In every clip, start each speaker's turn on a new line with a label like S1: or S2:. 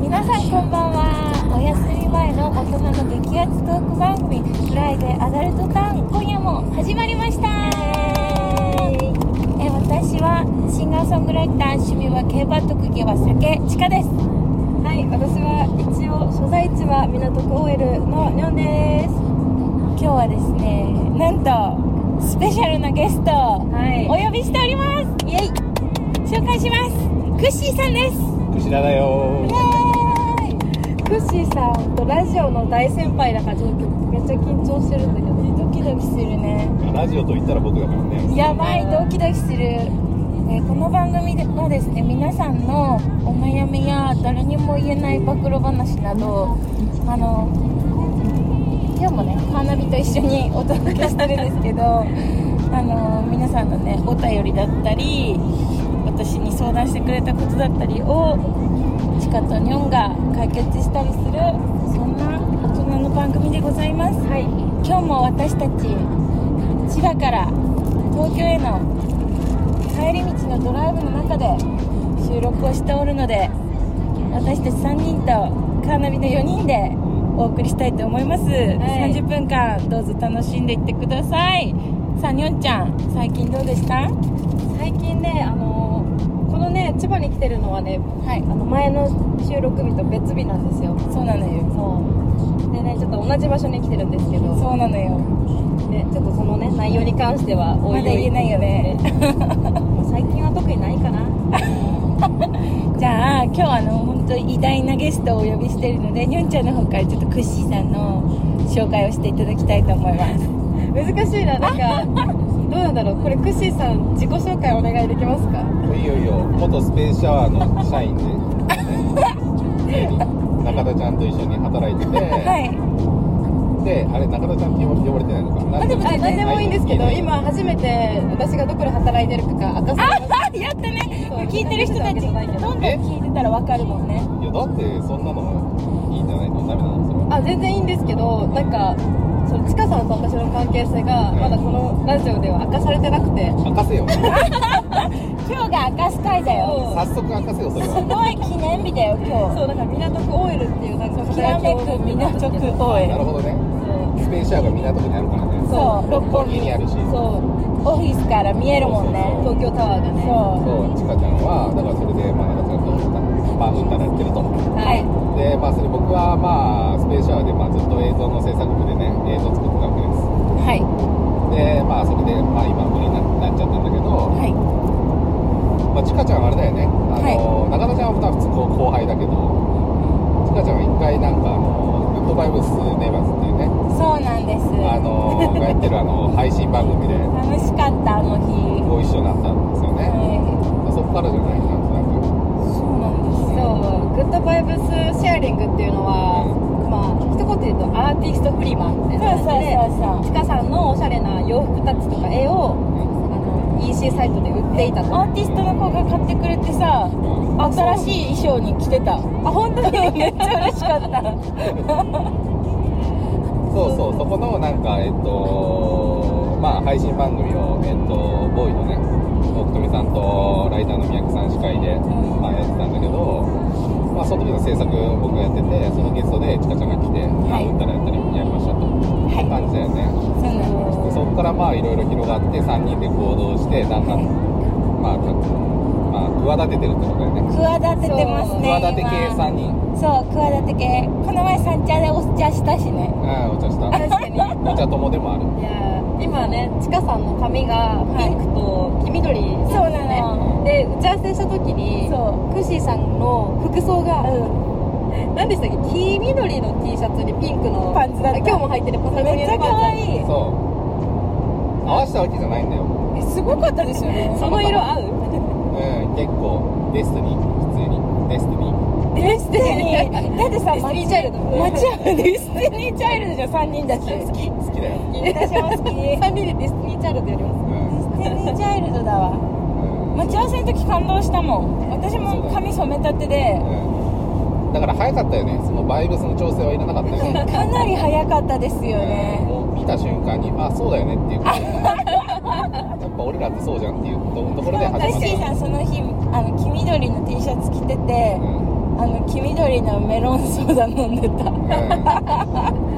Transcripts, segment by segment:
S1: 皆さんこんばんはお休み前の大人の激アツトーク番組「フライデーアダルトタウン」今夜も始まりましたえ私はシンガーソングライター趣味は競馬特技は酒地下です
S2: はい、私は一応所在地は港区 OL のにょんです。
S1: 今日はですねなんとスペシャルなゲストを
S2: はい
S1: お呼びしておりますイエイ紹介しますクッシーさんです
S3: クジラだよ
S1: イエーイ
S2: クッシーさんとラジオの大先輩だからちょっとめっちゃ緊張してるんだけど。
S1: ドキドキするね
S3: ラジオと言ったら僕だからね
S1: やばいドキドキする、えーこの番組ではですね皆さんのお悩みや誰にも言えない暴露話などあの今日もね花火と一緒にお届けしてるんですけど あの皆さんのねお便りだったり私に相談してくれたことだったりをチカとニョンが解決したりするそんな大人の番組でございます
S2: はい、
S1: 今日も私たち千葉から東京への帰り道のドライブの中で収録をしておるので私たち3人とカーナビの4人でお送りしたいと思います、
S2: い
S1: 30分間どうぞ楽しんでいってくださいさあにょんちゃん最近どうでしたは
S2: 最近ね、あのこのね千葉に来てるのはね、
S1: い
S2: あの前の収録日と別日なんですよ。
S1: そうなのよ
S2: そう。でね、ちょっと同じ場所に来てるんですけど、
S1: そうなのよ
S2: でちょっとそのね内容に関してはおいお
S1: まだ
S2: い
S1: 言えないよね。
S2: もう最近は特にない かな。
S1: じゃあ今日はあの本当に偉大なゲストをお呼びしているのでにょんちゃんの方からちょっとクッシーさんの紹介をしていただきたいと思います
S2: 難しいな、なんかどうなんだろう。これクッシーさん自己紹介お願いできますか。
S3: いいよいいよ元スペースシャワーの社員で 中田ちゃんと一緒に働いてて、
S1: はい
S3: であれ中田ちゃんって呼ば呼ばれてないのかな
S1: あでも
S2: あ何でもいいんですけど、
S3: はい
S2: 今初めて私がどこで働いてるかが明かされま
S1: あやったねこれ聞いてる人たちどんどん
S3: え
S1: 聞いてたらわかるもんね
S3: いやだってそんなのいいんじゃないのダメなのそ
S2: すあ
S3: れは
S2: 全然いいんですけどなんかそのちかさんと私の関係性がまだこのラジオでは明かされてなくて
S3: 明かせよ
S1: 今日が明かす会だよ
S3: 早速明かせよそれ
S1: す
S3: は
S1: ごい記念日だよ今
S2: そうだから港区オイルっていうなんか
S1: 日きらめく港区公
S3: な
S1: 園
S3: るほどねスペースシャワーが港区にあるからね
S1: そう六本
S3: 本
S1: 木
S3: 木にあるし
S2: そう
S1: オフィスから見えるもんね
S2: 東京タワーがね
S1: そ
S3: そうちかちゃんはだからそれでまあ中田ちゃんとまあうんたらやってると
S1: うはい
S3: でまあそれ僕はまあスペースシャワーでまあずっと映像の制作部でね映像作ってたわけです
S1: はい
S3: でまあそれでまあ今無理にななっちゃったんだけど、
S1: はい
S3: まあ、ちかちゃんはあれだよねあの、中田ちゃんは普通こう後輩だけどちかちゃんは一回なんかあのグッドバイブスネイバーズっていうね、
S1: そうなんです
S3: あのがやってるあの配信番組で
S1: 楽しかったあの日
S3: ご一緒になったんですよね、
S1: は
S3: そこからじゃないなんとなく
S1: いそうなんです
S2: そうグッドバイブスシェアリングっていうのはまあ一言で言うとアーティストフリマみた
S1: そうそうそうそう
S2: いな感じでちかさんのおしゃれな洋服たちとか絵をあの EC サイトで売っていたと
S1: アーティストの子が買ってくれてさ新しい衣装に着てたあ本当に めっちゃ嬉しかった
S3: そうそうそこのなんかえっとまあ配信番組をえっとボーイのね奥富さんとライターの三宅さん司会で、まあ、やってたんだけど、まあ、その時の制作僕がやっててそのゲストでちかちゃんが来て「
S1: は
S3: あ
S1: い
S3: うんたらやったりやりました」という感じだよね
S1: そうなんです
S3: でそこからまあいろいろ広がって3人で行動してだんだんまあ、まあ、企ててるってことだよね
S1: 企ててますね
S3: 企て系
S1: 今
S3: 3人
S1: そう企て系この前三茶でお茶したしね
S3: うんお茶した
S2: 確かにいや
S3: お茶友でもある
S2: ー今ねちかさんの髪がピンクと黄緑なんです
S1: そうなの
S2: で打ち合わせした時に
S1: そ
S2: クッシーさんの服装
S1: う
S2: が
S1: う
S2: 何でしたっけ黄緑の T シャツにピンクの
S1: パンツだった
S2: 今日も履いてるパンツ
S1: んめっちゃ可愛い
S3: そう合わせたわけじゃないんだよ
S1: えすごかったですよね
S2: その色合う
S3: うん、結構デスティニー普通にデスティニー
S1: デスティニーだってさ
S2: ディズニーチャイルド
S1: 街歩ディスティニーチャイルドじゃん3人だし好き
S3: 好きだよ、
S1: 私も好きディス
S2: 3人でディズニーチャイルドやりま
S3: うん
S1: ティニーチャイルドだわ
S3: うん
S1: 待ち合わせの時感動したもん私も髪染めたてで
S3: うん、だから早かったよねそのバイブスの調整はいらなかったよね
S1: かなり早かったですよ
S3: うん
S1: ね
S3: もう見た瞬間にあそうだよね っていう感じやっぱ俺らってそうじゃんっていうとところで
S1: タ
S3: 始ま
S1: ッシー
S3: っ
S1: さんその日あの黄緑の T シャツ着てて
S3: た、うん、
S1: あの黄緑のメロンソーダ飲んでた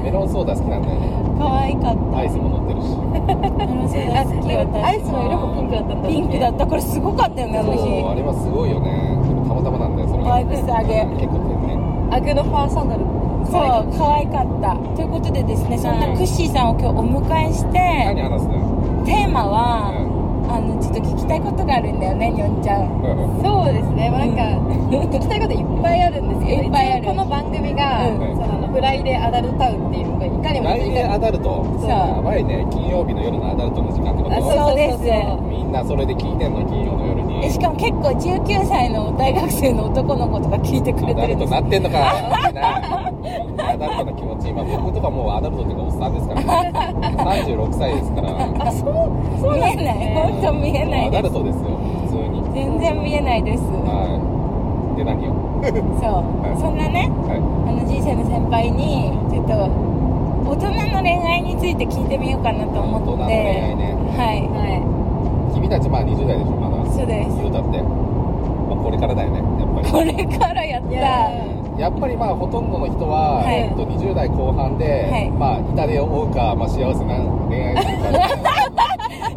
S3: メロンソーダ好きなんだよね
S2: 可愛かった
S3: アイスも乗ってるし
S1: メロンソーダ好き私
S2: アイスの色もピンクだったんだ
S1: ピンクだったこれすごかったよねあの
S3: そう
S1: 日
S3: あれはすごいよねでもたまたまなんだよそれ
S1: バイブス上げ
S3: 結構天然
S2: アグのファーサンダル
S1: そう可愛かったということでですねそんなクッシーさんを今日お迎えして
S3: 何話すのよ
S1: テーマ
S3: う
S1: は
S3: ん
S1: あのちょっと聞きたいことがあるんだよねにょんちゃん
S3: うん
S2: そうですね、まあ、なんか、聞きたいこといっぱいあるんですけど、
S1: いっぱいある
S2: 一応この番組が、
S1: うん
S2: そのあのフライデーアダルトタウンっていうのがいかにも
S3: 来年アダルト
S1: そう
S3: やばいね金曜日の夜のアダルトの時間ってこ
S2: あ
S1: そう
S3: と
S1: です
S3: みんなそれで聞いてんの金曜の夜に
S1: えしかも結構19歳の大学生の男の子とか聞いてく
S3: ア
S1: れ
S3: ダ
S1: てる
S3: ル
S1: んで
S3: ト
S1: す
S3: なってんのかみんなアダルトの気持ち今僕とかもうアダルトっていうかおっさんですからね36歳ですから
S2: あそうそう
S1: 見
S2: なん
S1: え
S2: です
S1: ない
S2: ね
S1: 本当見えな
S3: ア
S1: い
S3: ダ
S1: で
S3: ル
S1: す
S3: トですよ普通に
S1: 全然見えないです
S3: はいで何よ
S1: そうそんなね
S3: は
S1: あの人生の先輩にちょっと大人の恋愛について聞いてみようかなと
S3: い大人
S1: 思
S3: の
S1: っ
S3: 恋愛
S1: て
S3: ね
S1: は
S2: は
S3: 君たちまあ20代でしょまだ
S1: いそうです
S3: 言うたって、まあ、これからだよねやっぱり
S1: これからやっ
S2: いや
S1: た
S3: やっぱりまあほとんどの人は、
S1: はい
S3: えっと、20代後半で、
S1: はい
S3: まあ痛手を負うか、まあ、幸せな恋愛するか、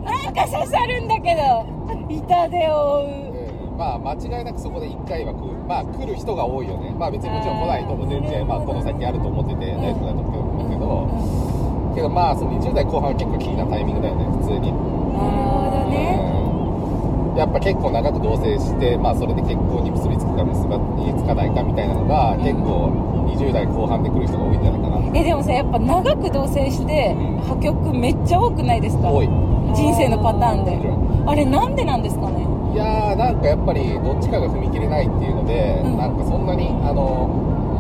S1: なんか刺さるんだけど痛手を負う
S3: うんまあ間違いなくそこで1回は来る,、まあ、来る人が多いよねまあ別にもちろん来ない人も全
S1: あー
S3: 然まあこの先あると思ってて大丈夫だと思うんだけど、けどまあその20代後半は結構キーなタイミングだよね普通に、
S1: なるほどね
S3: うんやっぱ結構長く同棲して、まあ、それで結婚に結びつくか結びつかないかみたいなのが結構20代後半で来る人が多いんじゃないかな
S1: えでもさやっぱ長く同棲して破局めっちゃ多くないですか
S3: 多い
S1: 人生のパターンで
S3: もちろん
S1: あれなんでなんですかね
S3: いやーなんかやっぱりどっちかが踏み切れないっていうので、
S1: うん
S3: なんかそんなにあの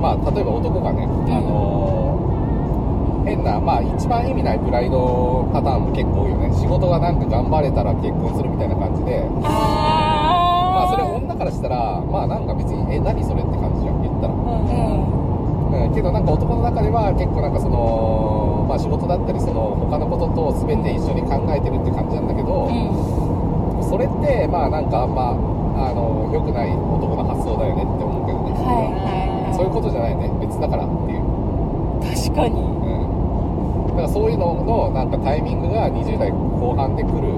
S3: まあ例えば男がね、あの変なまあ一番意味ないプライドパターンも結構多いよね仕事がなんか頑張れたら結婚するみたいな感じでまあ
S1: あ
S3: それは
S1: ー
S3: 女からしたらまあなんか別にえ何それって感じじゃん言ったら、
S2: いうん
S3: うん、けどなんか男の中では結構なんかそのまあ仕事だったりその他のことと全て一緒に考えてるって感じなんだけど、
S1: うんうん
S3: それってまあなんかあんまあの良くない男の発想だよねって思うけどね、
S1: はい
S3: そういうことじゃないね別だからっていう、
S1: 確かに
S3: うん、だからそういうののなんかタイミングが20代後半で来る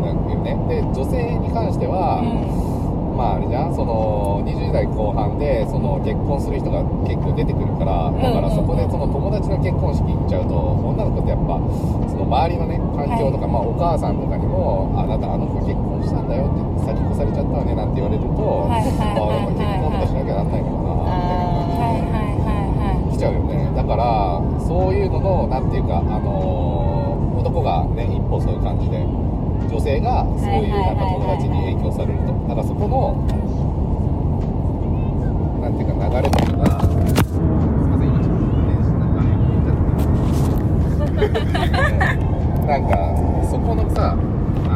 S3: なんていうねで女性に関しては、
S1: う
S3: まああれじゃんその20代後半でその結婚する人が結構出てくるからだからそこでその友達の結婚式行っちゃうと女の子ってやっぱその周りのね環境とか、
S1: はい
S3: まあ、お母さんとかにも「あなたあの子結婚したんだよ」って「先越されちゃったわね」なんて言われると、
S1: んはいはい
S3: あやっぱ結婚とかしなきゃなんないのかな
S1: はいはいはいはいはい
S3: 来ちゃうよねだからそういうののなんていうか、あのー男がね一歩そういう感じで女性がそういうなんか友達に影響されるとだからそこのなんていうか流れというかすいません今ちょっと電子の流れを見ちゃったなんかそこのさあ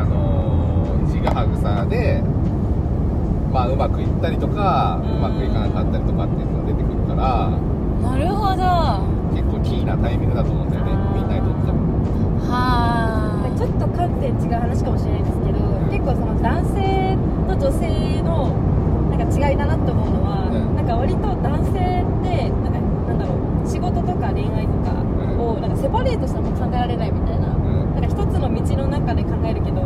S3: のー、ちがはぐさでまあうまくいったりとかうまくいかなかったりとかっていうのが出てくるから
S1: なるほどは
S3: 結構キーなタイミングだと思うんだよねみんなにとっても
S1: あ
S2: ちょっと観点違う話かもしれないですけど結構その男性と女性のなんか違いだなって思うのは、
S3: うん
S2: なんか割と男性ってなんかなんだろう仕事とか恋愛とかをなんかセパレートしたも考えられないみたいな
S3: うん
S2: なんか一つの道の中で考えるけど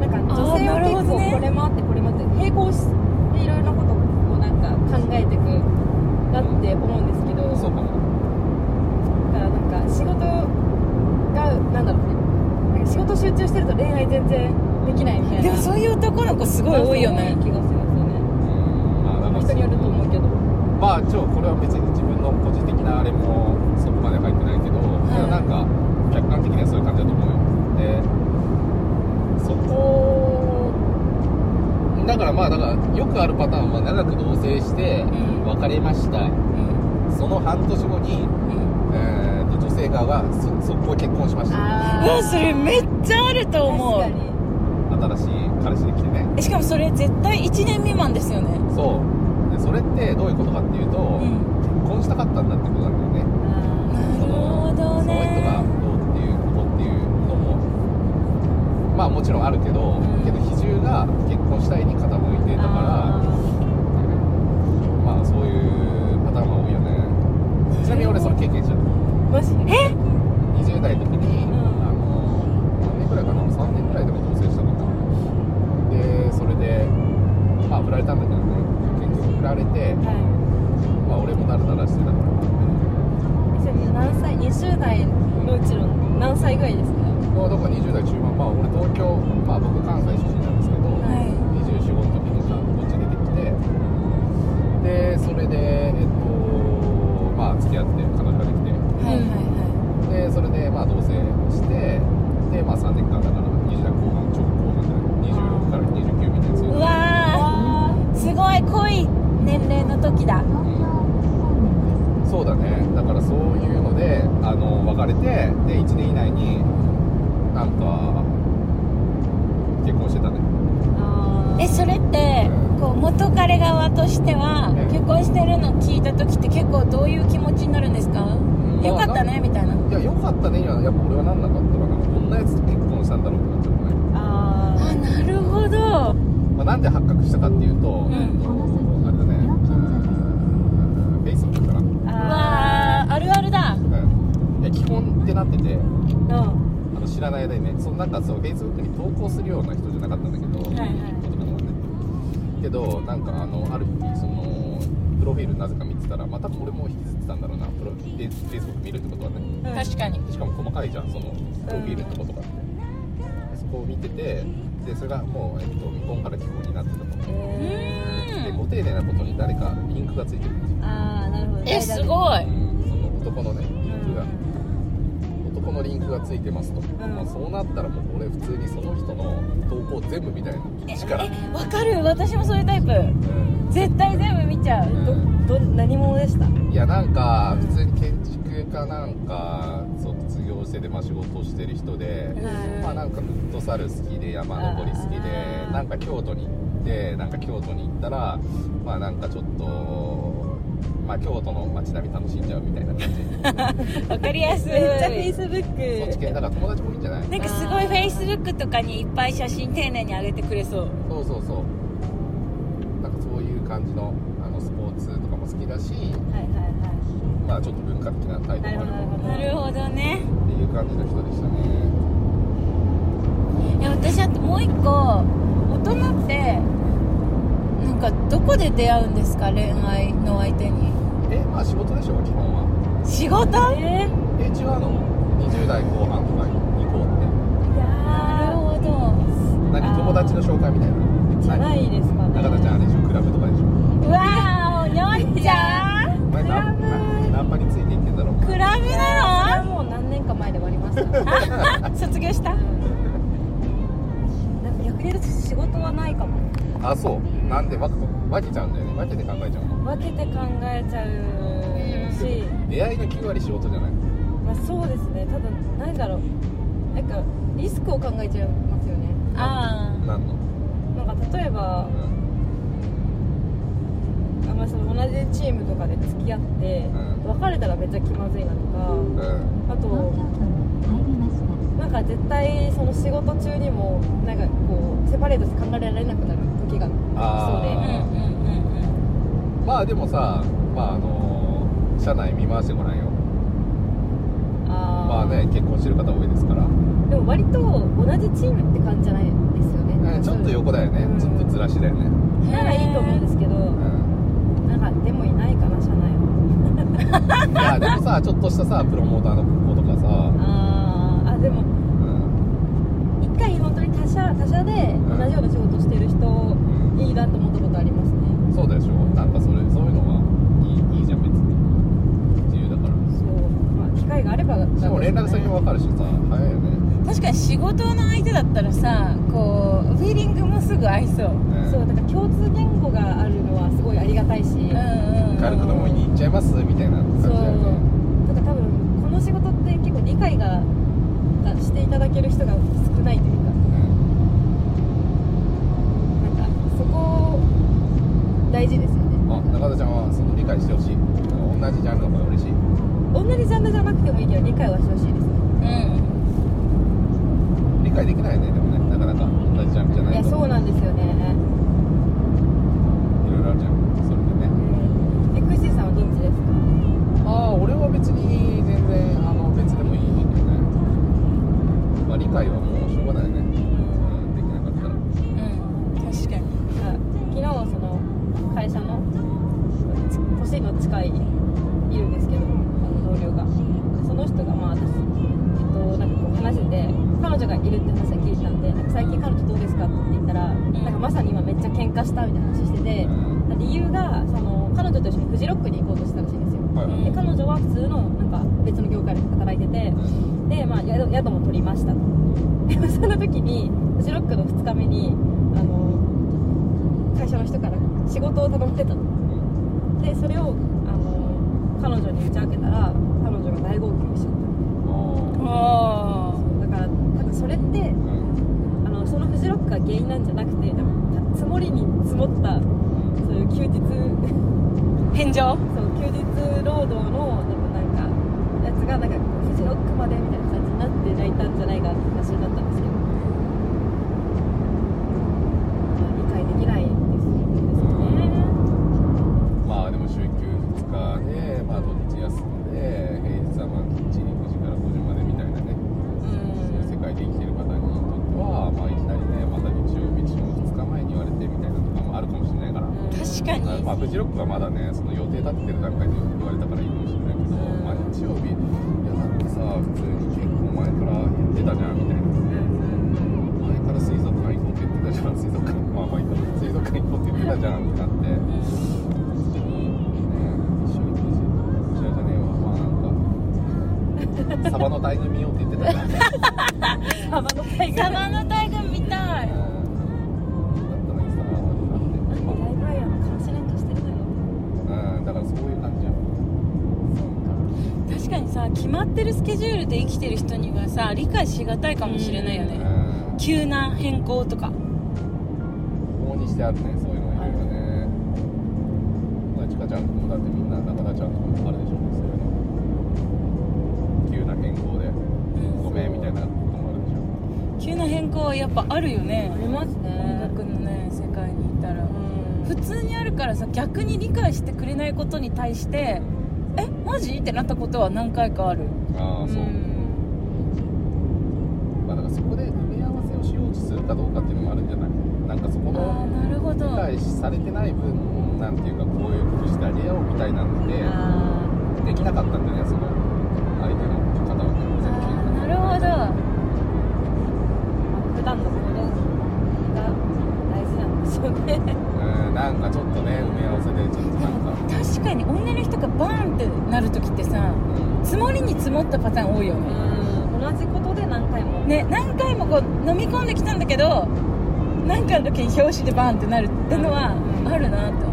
S2: なんか女性
S1: あー
S2: は
S1: なるほ
S2: 結
S1: どね
S2: 構これもあってこれもあって並行していろいろなことをなんか考えていくなって思うんですけど
S3: そうかも
S2: だからなんか仕事がなんだろうねなんか仕事集中してると恋愛全然できないみ
S1: ー
S2: たいな
S1: でもそういう男の子すごい多いよね
S2: 多気がするんですよね
S3: まあ
S2: まあ人によると思うけど
S3: まあ超これは別に自分の個人的なあれもそこまで入ってないけ
S1: い
S3: ど、けどなんか客観的にはそういう感じだと思うよでそこだからまあだからよくあるパターンは長く同棲して
S1: ん
S3: 別れまし
S1: う
S3: た、
S1: ん
S3: その半年後
S1: う
S3: に、
S1: ん
S3: えーと女性側がそ速攻結婚しました
S2: あ
S1: もうそれめっちゃあると思
S2: 確か
S1: う
S2: に
S3: 新しい彼氏できてね
S1: えしかもそれ絶対1年未満ですよね
S3: そうでそれってどういうことかっていうと、
S1: うん
S3: 結婚したかったんだってことなんだよね
S1: なるほど
S3: その人が
S1: ね
S3: どうっていうことっていうのもまあもちろんあるけど、
S1: ん
S3: けど比重が結婚したいに傾いてたから
S2: あー
S3: まあれて、
S2: は
S3: まあ、俺もダラダラしてたから
S2: いじゃあ何歳20代のうちの何歳ぐらいですか
S3: もうどこか20代中盤まあ俺東京まあ僕関西出身なんですけど、
S2: はい
S3: 24号の時にこっち出てきてでそれでえっとまあ付き合って彼女ができて
S1: はいはいは
S3: でそれでまあ同棲してでまあ3年間だから20代後半ちょうど後半じゃない26から29みたいなそ
S1: い
S3: ういうう
S1: わ
S2: あ
S1: ーすごい濃い年齢の時だ
S3: そうだねだからそういうのであの別れてで1年以内になんか結婚してたね
S2: あー
S1: えそれってこう元彼側としては
S3: うん
S1: 結婚してるの聞いた時って結構どういう気持ちになるんですか
S3: ん
S1: よかったねみたいない
S3: や良かったねにはやっぱ俺はなんなかったかなこんなやつと結婚したんだろうってなっちゃったね、
S2: あー
S1: あなるほど
S3: まあ、なんで発覚したかっていうと、
S1: ん
S3: あれだねうんフェイスブックかな、うん
S1: わーあるあるだ
S3: いや基本ってなってて
S2: うん
S3: あの知らない間にねそのなんかそうフェイスブックに投稿するような人じゃなかったんだけど、
S1: はいはい
S3: 元カノはねけどなんかあのある日そのプロフィールなぜか見てたらまあ多分俺も引きずってたんだろうなプロフィールフェイスブック見るってことはね
S1: 確かに
S3: でしかも細かいじゃんそのプロフィールのことかって、そこを見ててでそれがもう、えっと、未婚から既婚になってたと、
S1: う
S2: え
S3: で
S1: ー
S3: ご
S1: ん
S3: 丁寧なことに誰かリンクがついてるんですよ、
S2: ーあーなるほど
S1: えすごい
S3: その男のねリンクが、
S2: う
S3: 男のリンクがついてますと、まあ、そうなったらもう俺普通にその人の投稿全部みたいな力、うん
S1: えわかる私もそういうタイプ絶対全部見ちゃう
S2: どど何者でした
S3: いやなんか普通に建築家なんか卒業してでまあ仕事をしてる人で、まあなんかフットサル好きで山登り好きで
S2: あー
S3: なんか京都に行ってなんか京都に行ったらまあなんかちょっとまあ京都の街並み楽しんじゃうみたいな 感じ
S1: わかりやすい
S2: めっちゃフェイスブッ
S3: そっ
S2: ク
S3: ち系だから友達もいいんじゃない
S1: なんかすごいフェイスブックとかにいっぱい写真丁寧に上げてくれそう
S3: そうそうそうなんかそういう感じのあのスポーツとかも好きだし
S2: はいはいは
S3: まあちょっと文化的な態度
S2: いなる
S3: も
S2: ほどなる
S3: あ
S2: ほど
S1: なるほどね
S3: るっていう感じの人でしたね
S1: いや私あともう一個大人ってなんかどこで出会うんですか恋愛の相手に
S3: えまあ仕事でしょ基本は
S1: 仕事
S2: えー
S3: え違うの20代後半とかに行こうって
S2: いや
S1: なる
S2: ー
S1: ほど
S3: 何友達の紹介みたいな
S2: じゃ
S3: 何
S2: ないですかね
S3: 中田ちゃんあれでしょクラブとかでしょ
S1: うわーおよんちゃん
S3: お前ナンナンナンパについていってんだろ
S1: クラブ
S2: いやーそれ
S1: な
S2: はもう何年か前で終わりました、うん
S1: の卒業した
S2: でも逆に言うと仕事はないかも
S3: あそうなんで分分けちゃうんだよね分けて考えちゃうの
S2: 分けて考えちゃうし、
S3: 出会いの9割仕事じゃない
S2: まあ、そうですねただ何だろうなんかリスクを考えちゃいますよね
S1: あ
S3: 何の
S2: なんか例えば
S3: うん
S2: あんまりその同じチームとかで付き合って
S3: ん
S2: 別れたらめっちゃ気まずいなとか
S3: うん
S2: あとなんか絶対その仕事中にもなんかこうセパレートして考えられなくなる時が
S1: あうん
S3: あー
S1: うんうん
S3: まあでもさまああのー社内見回してごらんよ
S2: あー
S3: まあね結婚してる方多いですから、
S2: でも割と同じチームって感じじゃないですよね、
S3: うんちょっと横だよね、
S2: うん
S3: ちょっとずらしだよね、
S1: うん
S2: ならいいと思うんですけど
S3: うん、
S2: なんかでもいないかな社内はい
S3: やでもさちょっとしたさプロモーターの子とかさ、
S2: あーあでも
S3: うん
S2: 一回本当に他社他社で同じような仕事してる人
S3: うん
S2: いいなと思ったことありますね
S3: そうでしょなんかそれそういうのはいいいいじゃん別に自由だから
S2: そうまあ機会があればなんです
S3: しか
S2: よ
S3: も
S2: ね
S3: 連絡先も分かるしさ早いよね
S1: 確かに仕事の相手だったらさこうフィーリングもすぐ合いそう
S3: うん
S2: そうだから共通言語があるのはすごいありがたいし、
S1: うんうんうん
S3: 軽く飲みに行っちゃいますみたいな感じ
S2: そう
S3: だよね
S2: ただ多分この仕事って結構理解ががしていただける人が少ないというか
S3: うん
S2: なんかそこ大事ですよね
S3: あ中田ちゃんはその理解してほしい同じジャンルの方が嬉しい
S2: 同じジャンルじゃなくてもいいけど理解はしてほしいですね
S1: うん
S3: 理解できないねでもねなかなか同じジャンルじゃな
S2: い
S3: いと
S2: やそうなんですよね、
S3: いろいろあるじゃんそれでね
S2: えクシーさんはどっちですか
S3: ああ俺は別に全然あの別でもいいけどねまあ理解はもうしょうがないね、うん、できなかったら
S1: うん確かに
S2: 昨日その会社の年の近いいるんですけどあの同僚がその人がまあ私、えっと、なんかこう話してて彼女がいるって話は聞いてたんでなんか最近彼女どうですかって言ったらなんかまさに今めっちゃ喧嘩したみたいな話してて理由がその彼女と一緒にフジロックに行こうとしてたらしいんですよ
S3: はいはい
S2: で彼女は普通のなんか別の業界で働いててで、まあ、宿宿も取りましたとその時にフジロックの2日目にあの会社の人から仕事を頼まれたとでそれをあの彼女に打ち明けたら彼女が大号泣しちゃっ
S1: あ
S2: たそうだから多分それってあのそのフジロックが原因なんじゃなくて多分積もりに積もったそういう休日
S1: あ返上
S2: そう休日労働のでもなんかやつがなんかフジロックまでみたいな感じになって泣いたんじゃないかって話になったんですけど理解できないですですよね
S3: まあでも週休2日で、まあ、土日休んで平日はまあきっちり9時から5時までみたいなね世界で生きてる方にとっては、まあ、いきなりねまた日曜日の2日前に言われてみたいなとかもあるかもしれないから。
S1: 確かに
S3: まあ、フジロックはまだねその予定立ててる段階で言われたからいいかもしれないけど、まあ、日曜日いやだってさ普通に結構前から言ってたじゃんみたいな前から水族館行こうって言ってたじゃん水族館まあまあ行ったけど水族館行こうって言ってたじゃんってなって普通にね一緒に来て一緒じゃねえわまあなんかサバの大群見ようって言ってたじ
S2: サ
S3: ゃん
S2: バの大
S1: サ
S2: 会
S1: バの大群見たい
S3: だったのにさなんてまあ
S2: 大会やの監視連としてるのよ
S3: うんだからそういう感じやん
S1: 確かにさ決まってるスケジュールで生きてる人にはさ理解しがたいかもしれないよね
S3: うん
S1: 急な変更とか
S3: 往々にしてあるねそういうのがいるよねまあちかちゃんともだってみんな中田ちゃんとかもあるでしょそういうの急な変更でごめんみたいなこともあるでしょ
S1: 急な変更はやっぱあるよね
S2: あります
S1: 音
S2: ね
S1: 楽のね世界にいたら
S2: うん
S1: 普通にあるからさ逆に理解してくれないことに対してえマジってなったことは何回かある
S3: ああそう、
S2: うん
S3: まあだからそこで埋め合わせをしようとするかどうかっていうのもあるんじゃないなんかそこ
S1: ああ
S3: の
S1: なるほど
S3: 理解されてない分なんていうかこういうことしてあげようみたいなので
S2: あ
S3: できなかったんだよねその相手の方
S1: あ
S3: はね
S1: ーなるほど
S2: ー普段の行動が大事なんでしょうね
S3: うんなんかちょっとね埋め合わせでちょっとなんか
S1: 確かに女の人がバーンってなるときってさ
S3: うん
S1: 積もりに積もったパターン多いよね
S2: 同じことで何回も
S1: ね何回もこう飲み込んできたんだけど何かの時に表紙でバーンってなるってのはあるなと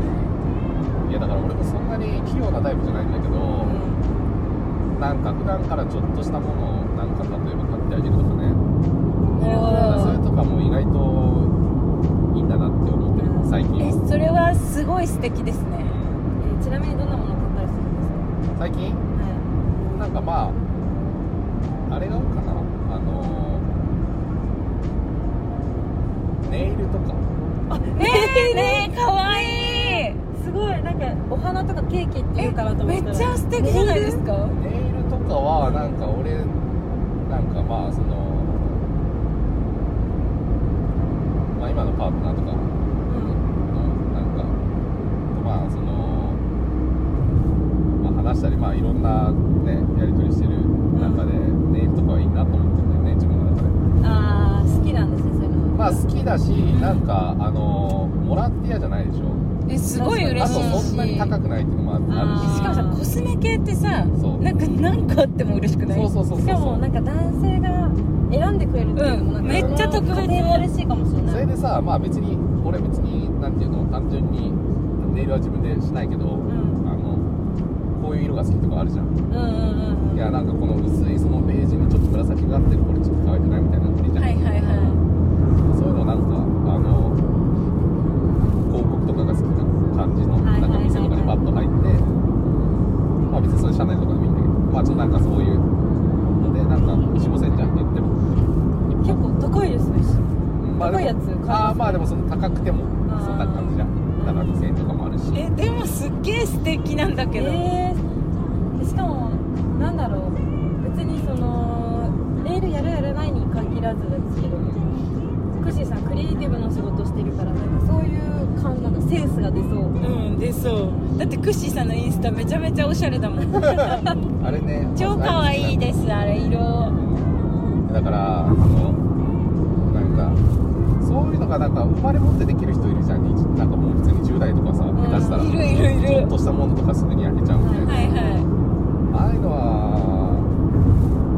S3: いやだから俺もそんなに器用なタイプじゃないんだけど、なんか普段からちょっとしたものをなんか例えば買ってあげるとかね、
S1: なる
S3: それ
S1: ほ
S3: とかも意外といいんだなって思ってる最
S1: どえ
S3: 近
S1: それはすごい素敵です
S3: う
S1: ね
S2: え
S3: ん
S2: ーちなみにどんなものを買ったりするんですか
S3: 最近
S2: は
S3: なんかまああれが多いかなあのネイルとか
S1: ねえねえかわいい
S2: いすごいなんかお花とかケーキっていうかなと思
S1: め
S2: ったら
S1: っちゃ素敵じゃないですか
S3: ネイルとかはなんか俺なんかまあそのまあ今のパートナーとか
S2: うん
S3: なんかまあその、まあ、話したりまあいろんなねやり取りしてる中でネイルとかはいいなと思ってるんだよね自分の中で
S2: あー好きなんですねそういうの
S3: まあ好きだしなんかあのもらって嫌じゃないでしょ
S1: えすごい嬉
S3: あ
S1: しい
S3: とそんなに
S1: し
S3: 高くないっていうのもある
S1: し
S3: し
S1: かもさコスメ系ってさ
S3: そう
S1: なんか何かあっても嬉しくない
S3: そうそうそう
S2: し
S3: そう
S2: かもなんか男性が選んでくれるっていうのもなんか
S3: うんめっちゃ特
S1: 別
S2: 家庭も嬉しいかもしれ
S3: そ
S2: な
S3: れ
S2: い
S3: でさまあ別に俺別になんていうの単純にネイルは自分でしないけど、
S2: ん
S3: あのこういう色が好きとかあるじゃん
S2: うんうんうんうん
S3: いやなんかこの薄いそのベージュにちょっと紫があってるこれちょっと可愛くないみたいなのあるじゃん、
S1: はいはいはい
S3: そういうのなんかあの広告とかが好きな感じの
S2: はいはいはい
S3: なんか店とかにパッと入ってまあ別にそれ社内とかでもいいんだけどまあちょっとなんかそういうのでなんか45センチあって言っても
S2: 結構高いですね
S3: まあで
S2: 高いや
S3: も
S2: つ買います
S3: あーまあでもその高くても
S2: あー
S3: そんな感じじゃんだから2000円とかもあるし
S1: えでもすっげえ素敵なんだけど、
S2: えー、しかもなんだろう別にそのネイルやるやらないに限らずですけどクシーさんクリエイティブの仕事してるからなんかそういう感なんかセンスが出そう
S1: うん出そうだってクッシーさんのインスタめちゃめちゃおしゃれだもん
S3: あれね
S1: 超可愛いですあれ色
S3: だからあのなんかそういうのがなんか生まれ持ってできる人いるじゃんなんかもう普通に10代とかさ
S2: ん
S3: 下手したら
S1: いるいるいる
S3: ちょっとしたものとかすぐに焼けちゃうみたいな、
S1: はいは
S3: ああいうのは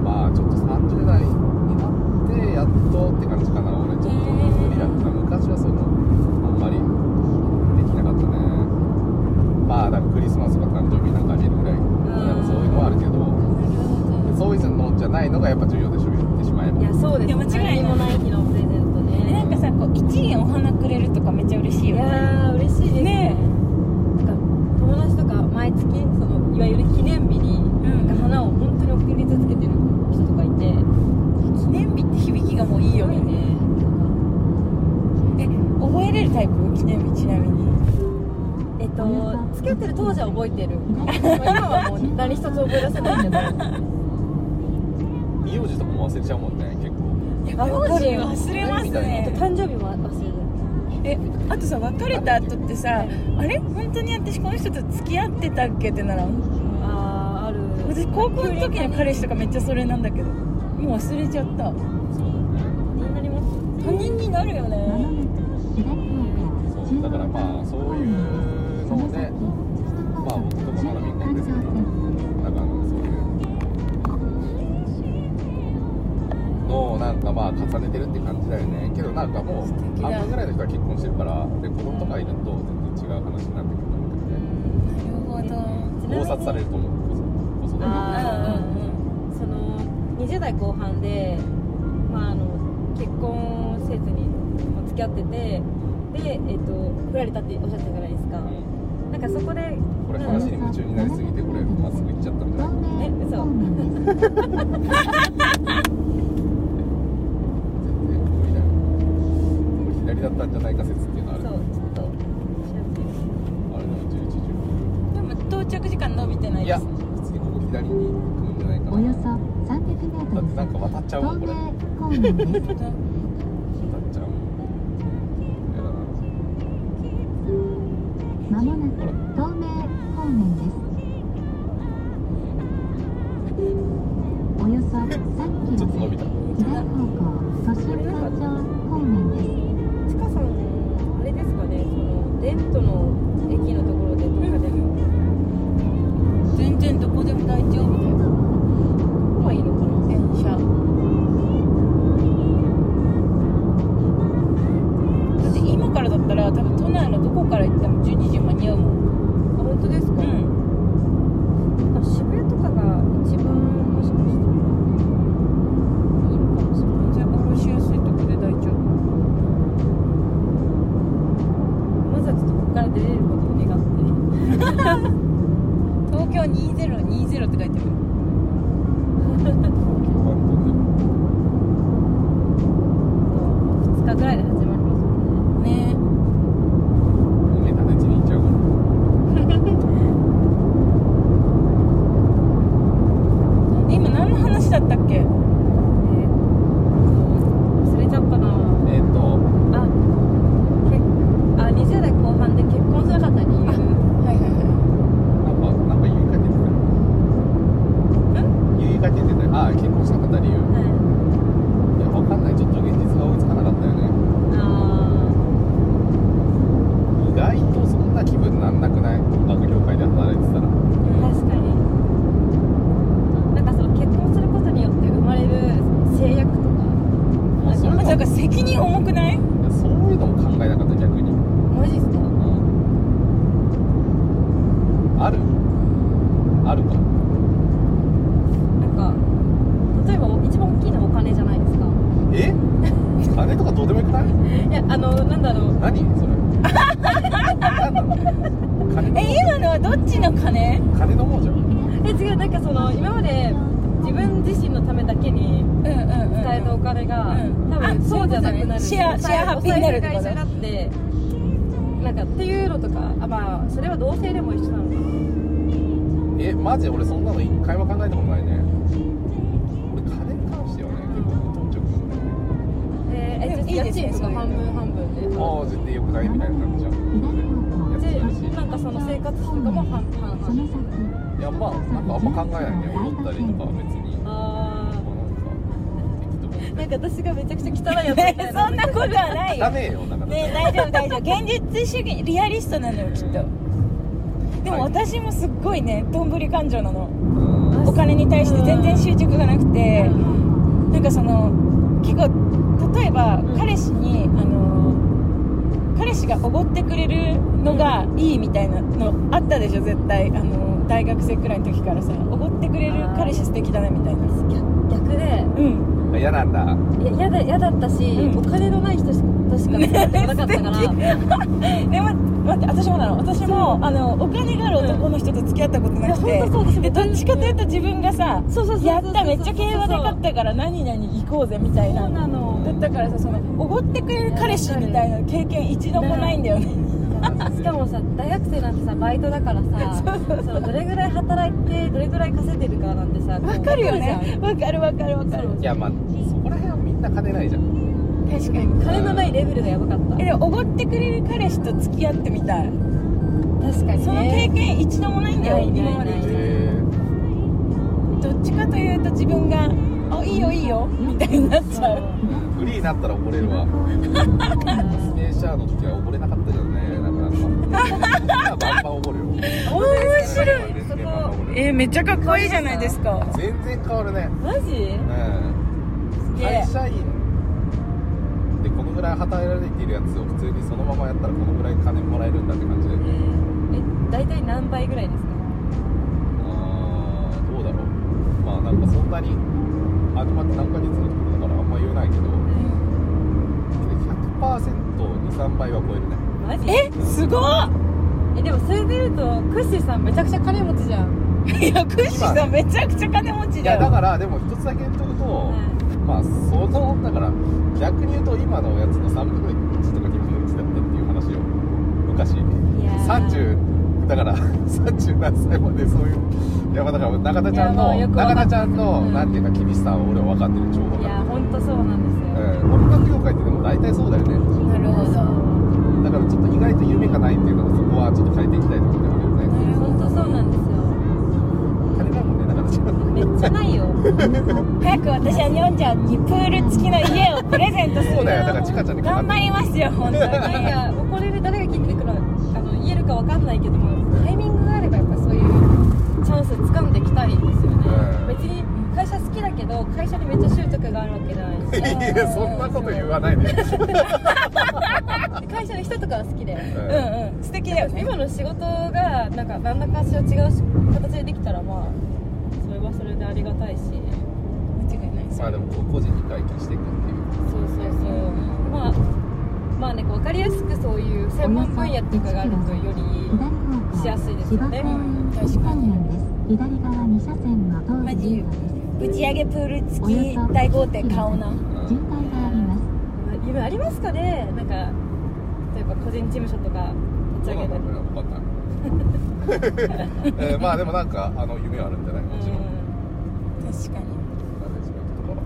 S3: まあちょっと30代になってやっとって感じかな俺ちょっと無理だった昔はそのあんまりできなかったねまあだからクリスマスとか誕生日なんかあげるぐらいなんかそういうのはあるけどそういうのじゃないのがやっぱ重要でしょ言ってしまえば
S2: いやそうです
S1: いや間違いない
S2: 何もない日のプレゼント
S1: いな
S2: ね
S1: んかさこう1円お花くれるとかめっちゃ嬉しい
S2: い
S1: よ
S2: や
S1: ね
S2: ー嬉しいですね
S1: ね
S2: なんか友達とか毎月そのいわゆる記念日に
S1: ん
S2: なんか花を本当に送り続けてる人とかいて
S1: 記念日って響きがもういいよねえ覚えれるタイプ記念日ちなみに
S2: えっと付き合ってる当時は覚えてるまあ今はもう何一つ覚 え出せないけど
S3: 名字とかも忘れちゃうもんね結構
S1: いや
S2: あ
S1: 名字
S2: 名字
S1: 忘れますね
S2: 誕生日も忘れて
S1: えあとさ別れた後ってさあれ本当に私この人と付き合ってたっけってならん
S2: ああある
S1: 私高校の時の彼氏とかめっちゃそれなんだけどもう忘れちゃった
S3: そうだよね
S2: 気になります
S1: 他人になるよね
S3: そうだからまあそういうのをねまあ僕ともまだ未婚ですけどだからそういうのをなんかまあ重ねてるって感じだよねけどなんかもう
S1: 敵だ
S3: 半分ぐらいの人は結婚してるからで子供とかいると全然違う話になってくると思う
S1: なるほど
S2: ち
S3: けどね
S2: なみに
S3: 考察されると思う子育て
S2: あ
S1: うん
S2: その20代後半で、まあ、あの結婚せずにまあ付き合っててで、えっと振られたっておっしゃったじゃないですかなんかそこで
S3: これ
S2: うん
S3: 話に夢中になりすぎてこれまっすぐ行っちゃったんじゃない
S2: え嘘
S3: 全然無理だよこれ左だったんじゃないか説っていうのある
S2: そうちょっと
S3: あれだよ11時
S1: うんでも到着時間伸びてない
S3: い
S1: で
S3: や、
S1: す
S3: 普通にここ左に行くんじゃないか
S4: およ
S3: な。
S4: そ300メー
S3: だっ
S4: ト
S3: て
S4: ル
S3: なんか渡っちゃうも
S4: 東
S3: ん、これ。渡っちゃうもん。やだな。
S4: 名公園です。まもなく東名方面です。およそ3キ
S3: ちょっ
S4: ロ
S3: と伸びた。
S4: 左方向都心環状方面です。
S2: ちかさんあれですかねそのデートの駅のところでとかでも
S1: 全然どこでも大丈夫だよ
S2: ここはいいのかな
S1: 電車だって今からだったら多分都内のどこから行っても12時間に合うもん
S2: あ本当ですか、
S1: うん
S2: なんか渋谷とかが一番もしかしていいのかもしれない
S1: じゃあ降ろしやすいとこで大丈夫
S2: まずはちょっとここから出れることを願っ
S1: 東
S2: て
S1: 京2020って書いてある
S3: 今日は
S2: 2日ぐらいで始まりますもんね
S1: ね
S3: 飛んでる。埋め立て地に行っちゃうか
S1: え今何の話だったっけ
S2: えー忘れちゃったな
S3: ら。えっと、
S2: あけあ20代後半で結婚しなかった理由
S1: はいはいは
S3: なんか、なんか言いかけてたよ。言いかけてたよ。ああ、結婚しなかった理由。い
S2: はい
S3: や、わかんない。ちょっと現実が追いつかなかったよね。
S2: あ
S3: 意外とそんな気分なんなくない音楽業界で働いてたら。
S2: ー確かになんかその結婚することによって生まれる制約とか
S3: まあ、そういうの
S1: いな
S3: も、い
S1: んか責任重くない
S3: やそういうのも考えなかった、逆に。
S2: マジっすか
S3: あるあるか
S2: なんか例えば一番大きいのはお金じゃないですか
S3: え金とかどうでもよくない
S2: いやあのなんだろう
S3: 何そ れ何なの金の
S1: え今のはどっちの金
S3: 金の方じゃん
S2: え違うなんかその今まで自分自身のためだけに
S1: うんうんうん
S2: 使えたお金が、
S1: うん
S2: 多
S1: あ
S2: 分そうじゃなくなる
S1: そういうことねシェアシェアハッピーになるってこと
S2: お財布が一緒になってなんかっていうのとかあまあそれは同性でも一緒なのかな
S3: えマジ俺そんなの一回も考えたことないね俺金に関してはね結構無頓着なんだよね
S2: ええ
S1: でもいいですね
S2: 家賃と
S1: そうい
S2: か
S1: うの
S2: 半分半分で
S3: ああ絶対良くないみたいな感じじゃん
S2: でなんかその生活費とかも半半々
S3: いやまあなんかあんま考えないね踊ったりとかは別にこ
S2: あ
S3: う
S2: ーな
S3: なんか適
S2: んか私がめちゃくちゃ汚いやつみ たいな
S1: そんなことはな
S3: 当
S1: いよ
S3: ダメよだから
S1: ねえ大丈夫大丈夫現実主義リアリストなのよきっとでも
S3: はい
S1: 私もすっごいねどんぶり感情なの
S3: うん
S1: お金に対して全然執着がなくてなんかその結構例えば
S2: ん
S1: 彼氏にあの彼氏がおごってくれるのがいいみたいなのあったでしょ絶対あの大学生くらいの時からさおごってくれる彼氏素敵だねみたいな
S2: 逆逆で
S1: うん
S3: あ嫌なんだ
S2: いや嫌だ嫌だったし、
S1: うん
S2: お金のない人しか としか付き合ってこなかったから、
S1: でも待って私もなの私もあのお金がある男の人と付き合ったことなく
S2: い
S1: て
S2: や本当そうです
S1: でどっちかというと自分がさ
S2: そうそうそうそう
S1: やっためっちゃ競馬で勝ったから何々行こうぜみたい
S2: そう
S1: な
S2: なの
S1: だったからさそのおごってくれる彼氏みたいな経験一度もないんだよね
S2: しかもさ大学生なんてさバイトだから さそのどれぐらい働いてどれぐらい稼いでるかなんてさこう
S1: わかるよ
S2: わかじゃ
S1: ね
S2: ん
S1: わかるわかるわかる
S3: いやまあそこら辺はみんな金ないじゃん
S1: 確かに
S2: 金のないレベルがやばかった
S1: え
S2: 確
S1: でもおごってくれる彼氏と付き合ってみたい
S2: かにね
S1: その経験一度もないんだよ
S2: ないない
S1: 今まで
S2: ないない
S3: え
S1: どっちかというと自分が「あいいよいいよ」みたいになっちゃう
S3: ーフリーになったら溺れるわスペーシャーの時は溺れなかったけどねなかなかバンバン溺るよ
S1: 面白い
S3: 全然バンバン溺れる
S1: えーめっちゃかっこいいじゃないですか
S3: 全然変わるね
S2: マジ
S3: うん
S1: げえ
S3: 会社員でこのぐらい働いられているやつを普通にそのままやったらこのぐらい金もらえるんだって感じで
S2: え大体何倍ぐらいですか
S3: あーどうだろうまあなんかそんなに始まって何ヶ月のところだからあんま言えないけど100%23 倍は超えるね
S2: マジ
S1: えすごっ
S2: えでもそれで言うとクッシーさんめちゃくちゃ金持ちじゃん
S1: いやクッシーさんめちゃくちゃ金持ち
S3: い
S1: だ
S3: やだ
S1: よ
S3: からでも一つだけ言っとくと、
S2: はい
S3: まあそのだから逆に言うと今のやつの3分の1とか2分の1だったっていう話を昔
S2: いやー
S3: 30だから 30何歳までそういういやまあだから中田ちゃん
S2: いやも
S3: の
S2: うよくわか
S3: 中
S2: っ
S3: 田ちゃんの、
S2: うん
S3: なんていうか厳しさを俺は分かってる情報
S2: い
S3: が、
S2: や本当そうなんです
S3: う
S2: よ、
S3: ん、音楽業界ってでも大体そうだよね
S1: なるほど
S3: だからちょっと意外と夢がないっていうのはそこはちょっと変えていきたいところではあるよね
S2: 本当そうなんです
S3: 金ないもんね中田ちゃん
S2: よめっちゃな いよ
S1: 早く私はにょんちゃんにプール付きの家をプレゼントする
S3: そうだよだからちかちゃんに
S1: 頑
S3: 金
S1: 張りますよ本当に
S2: なんか怒れる誰が聞いてるからあの言えるかわかんないけどもタイミングがあればやっぱそういうチャンス掴んでいきたいですよね、
S3: うん
S2: 別に会社好きだけど会社にめっちゃ執着があるわけじゃないし
S3: いやそんなこと言わないで、
S2: で会社の人とかは好きで
S3: うん
S1: うんうん素敵だよね
S2: 今の仕事がなんか何らかしら違うし形でできたらまあそれはそれでありがたいし
S1: 間違いない
S3: まあでもこう個人に回帰していくっていう
S2: そうそうそうまあまあねこう分かりやすくそういう専門分野っていうかがあるとよりしやすいですよね
S4: 確かに左側2車線の通り渋
S1: ぶち上げプール付き大豪邸買おうな
S4: 滞があります
S2: 夢ありますかねなんか例えば個人事務所とか立
S3: そう
S2: ち
S3: な
S2: 上げ
S3: ん
S2: た
S3: だ
S2: り
S3: よか った、えーまあでもなんかあの夢はあるんじゃないもちろん、
S1: 確かに
S3: マネジメントとか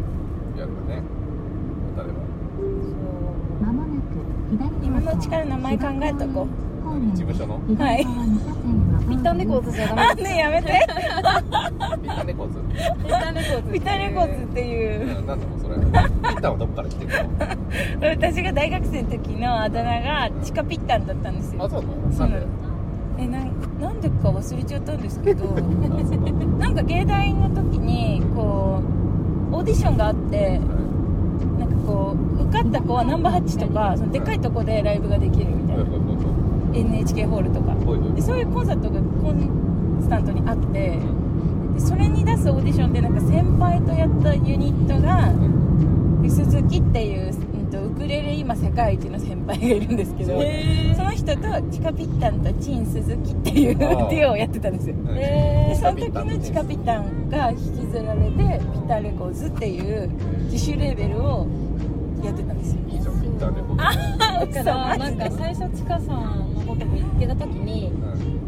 S3: やるよね誰も
S2: うん
S4: まもなく左側
S1: 今のうちから名前考えとこ
S4: 方面
S3: 事務所の
S4: 左側2車線の通
S2: そ
S4: り
S2: う一旦猫をじゃダ
S1: う
S2: メ
S1: あねやめて
S3: ビタネコズ
S2: 一旦猫を
S1: ビタレコズっていう
S3: なんでもそれビタはどっから来てるの
S1: 私が大学生の時のあだ名がチカピッタンだったんです
S3: あ
S1: よ
S3: そうなのなんで
S1: えなんなんでか忘れちゃったんですけど
S3: あそうなの
S1: なんか芸大の時にこうオーディションがあってなんかこう受かった子はナンバー8とかそのでかいとこでライブができるみたい
S3: そう
S1: な
S3: そうそうそう
S1: NHK ホールとか
S3: こういう
S1: でそういうコンサートがコンスタントにあってでそれに出すオーディションでなんか先輩とやったユニットがで鈴木っていう、うん、とウクレレ今世界一の先輩がいるんですけどその人とチカピッタンとチン鈴木っていうデ
S3: ああ
S1: ュオをやってたんですよで
S2: え
S1: その時のチカピタンが引きずられてピタレコーズっていう自主レーベルをやってたんですよ
S3: いいじゃんビタネコズ
S1: あ
S2: だ
S1: 嘘
S2: から
S1: マ
S2: な
S1: ジ
S2: ん
S1: で
S2: か最初ちかさんのこと見つけた時に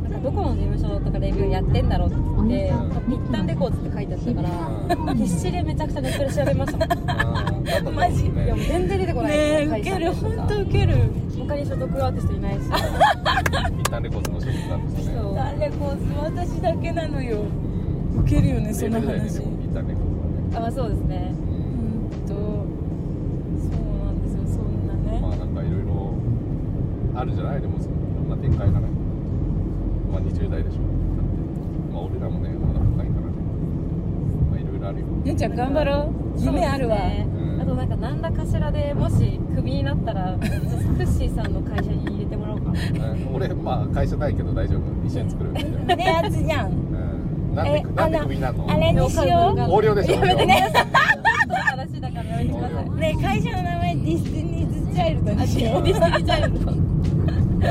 S2: なんかどこの事務所とかレビューやってんだろうって言って「ピッタンレコーズ」って書いてあったから必死でめちゃくちゃネットで調べましたもん
S3: うんなんだ
S1: マジ
S2: いやもう全然出てこない
S1: ねえ
S2: 解
S1: ウケ
S2: 散
S1: る
S2: とか
S1: 本当ウケる
S2: 他に所属アーティストい ないし
S3: 一旦レコードの仕事なんですよね
S2: そう
S1: 誰こう私だけなのよウケるよねその話
S3: レベルだよね一旦レコー
S2: あ
S3: ドはね
S2: まあそうですね
S1: うんとそうなんですよそんなね
S3: まあなんかいろいろあるじゃないでもそのいろんな展開がねまあ20代でしょだってまあ俺らもねまだ若いからねまあいろいろあるよ
S1: ゆんちゃん頑張ろう夢あるわ
S2: そうですね
S3: うん
S2: あとなんか何らかしらでもしクビになったらクッシーさんの会社に入れてもらおう かな
S3: うん俺まあ会社ないけど大丈夫一緒に作るみたいな
S1: ねあつじゃん
S3: うんなんで
S1: え
S3: なんで
S1: あの
S3: クビなの
S1: あれにしよ
S3: 横領でしょ横領
S2: 話だからやめてください。
S1: うね会社の名前ディスティニーズ・チャイルドにしよう
S2: ディスティニーチャイルド。う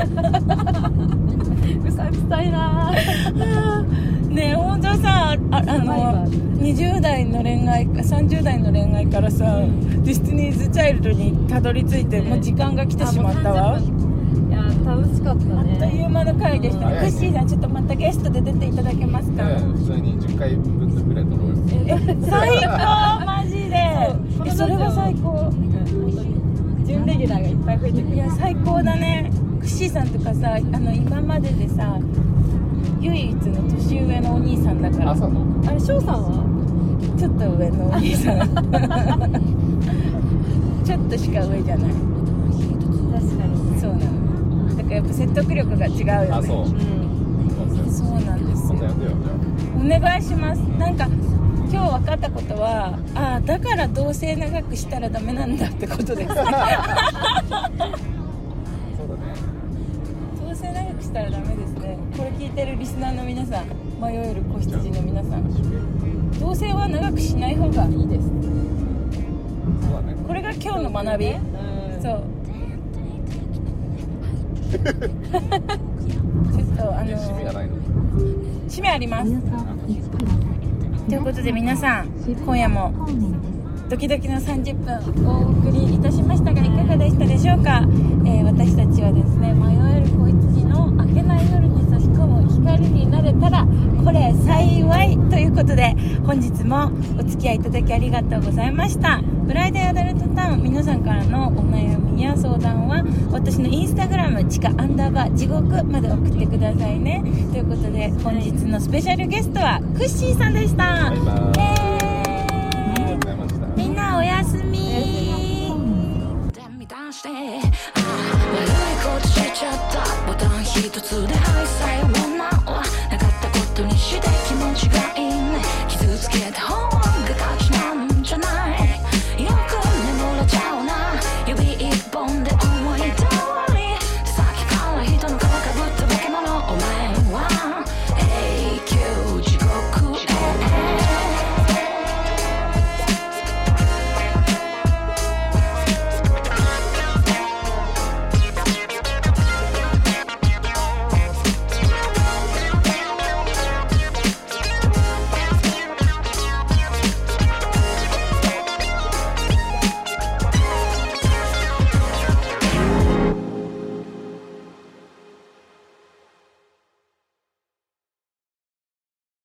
S2: さんくさいなぁ。
S1: ねえ本当さああの20代の恋愛30代の恋愛からさ、ディスティニーズ・チャイルドにたどり着いて、
S2: ね
S1: もう時間が来てしまったわ
S2: あもう30分いやー楽しか
S1: あっ
S2: った
S1: とい
S2: ね。
S1: う間の回でしたね
S3: うん
S1: クッシーさんちょっとまたゲストで出ていただけますか、
S3: うん普通に10回分ぐらい撮ろうよ
S1: 最高マジで
S2: そう
S1: えそれは最高
S2: 準レギュラーがいっぱい増えてくる。
S1: いや最高だねクッシーさんとかさあの今まででさ唯一の年上のお兄さんだから
S3: 朝の
S2: あれ翔さんは？
S1: ちょっと上のお兄さ んちょっとしか上じゃない
S2: 確かに。
S1: そうなのだからやっぱ説得力が違うよ
S3: あ
S1: ね
S3: そう
S2: うん。
S1: そうなんです
S3: 今
S1: よ
S3: 度やんでよじゃあ
S1: お願いしますなんか今日分かったことはああだから同性長くしたらダメなんだってことです
S3: そうだね
S1: 同性長くしたらダメですねこれ聞いてるリスナーの皆さん迷える子羊の皆さん同性は長くしない方がいいです
S3: そうだね
S1: これが今日の学び
S2: うん。
S1: そう。 ちょっとあの
S3: え趣味がないの
S1: 締めありま
S4: お
S1: す
S4: よそ1キロ
S1: ということで皆さん今夜も
S4: 方面です。
S1: ドキドキの30分お送りいたしましたがいかがでしたでしょうか、えー私たちはですね迷える子羊の明けない夜に差し込む光になれたらこれ幸いということで本日もお付き合いいただきありがとうございましたブライダーアダルトタウン皆さんからのお悩みや相談は私のインスタグラム地下アンダーバー地獄まで送ってくださいねということで本日のスペシャルゲストはクッシーさんでした
S3: バイバイ
S1: イ
S3: あ
S1: エーイ
S3: りがとうございました
S1: みんなおやすみ
S5: 全み出してああ悪いことしちゃったボタン一つでハイサイ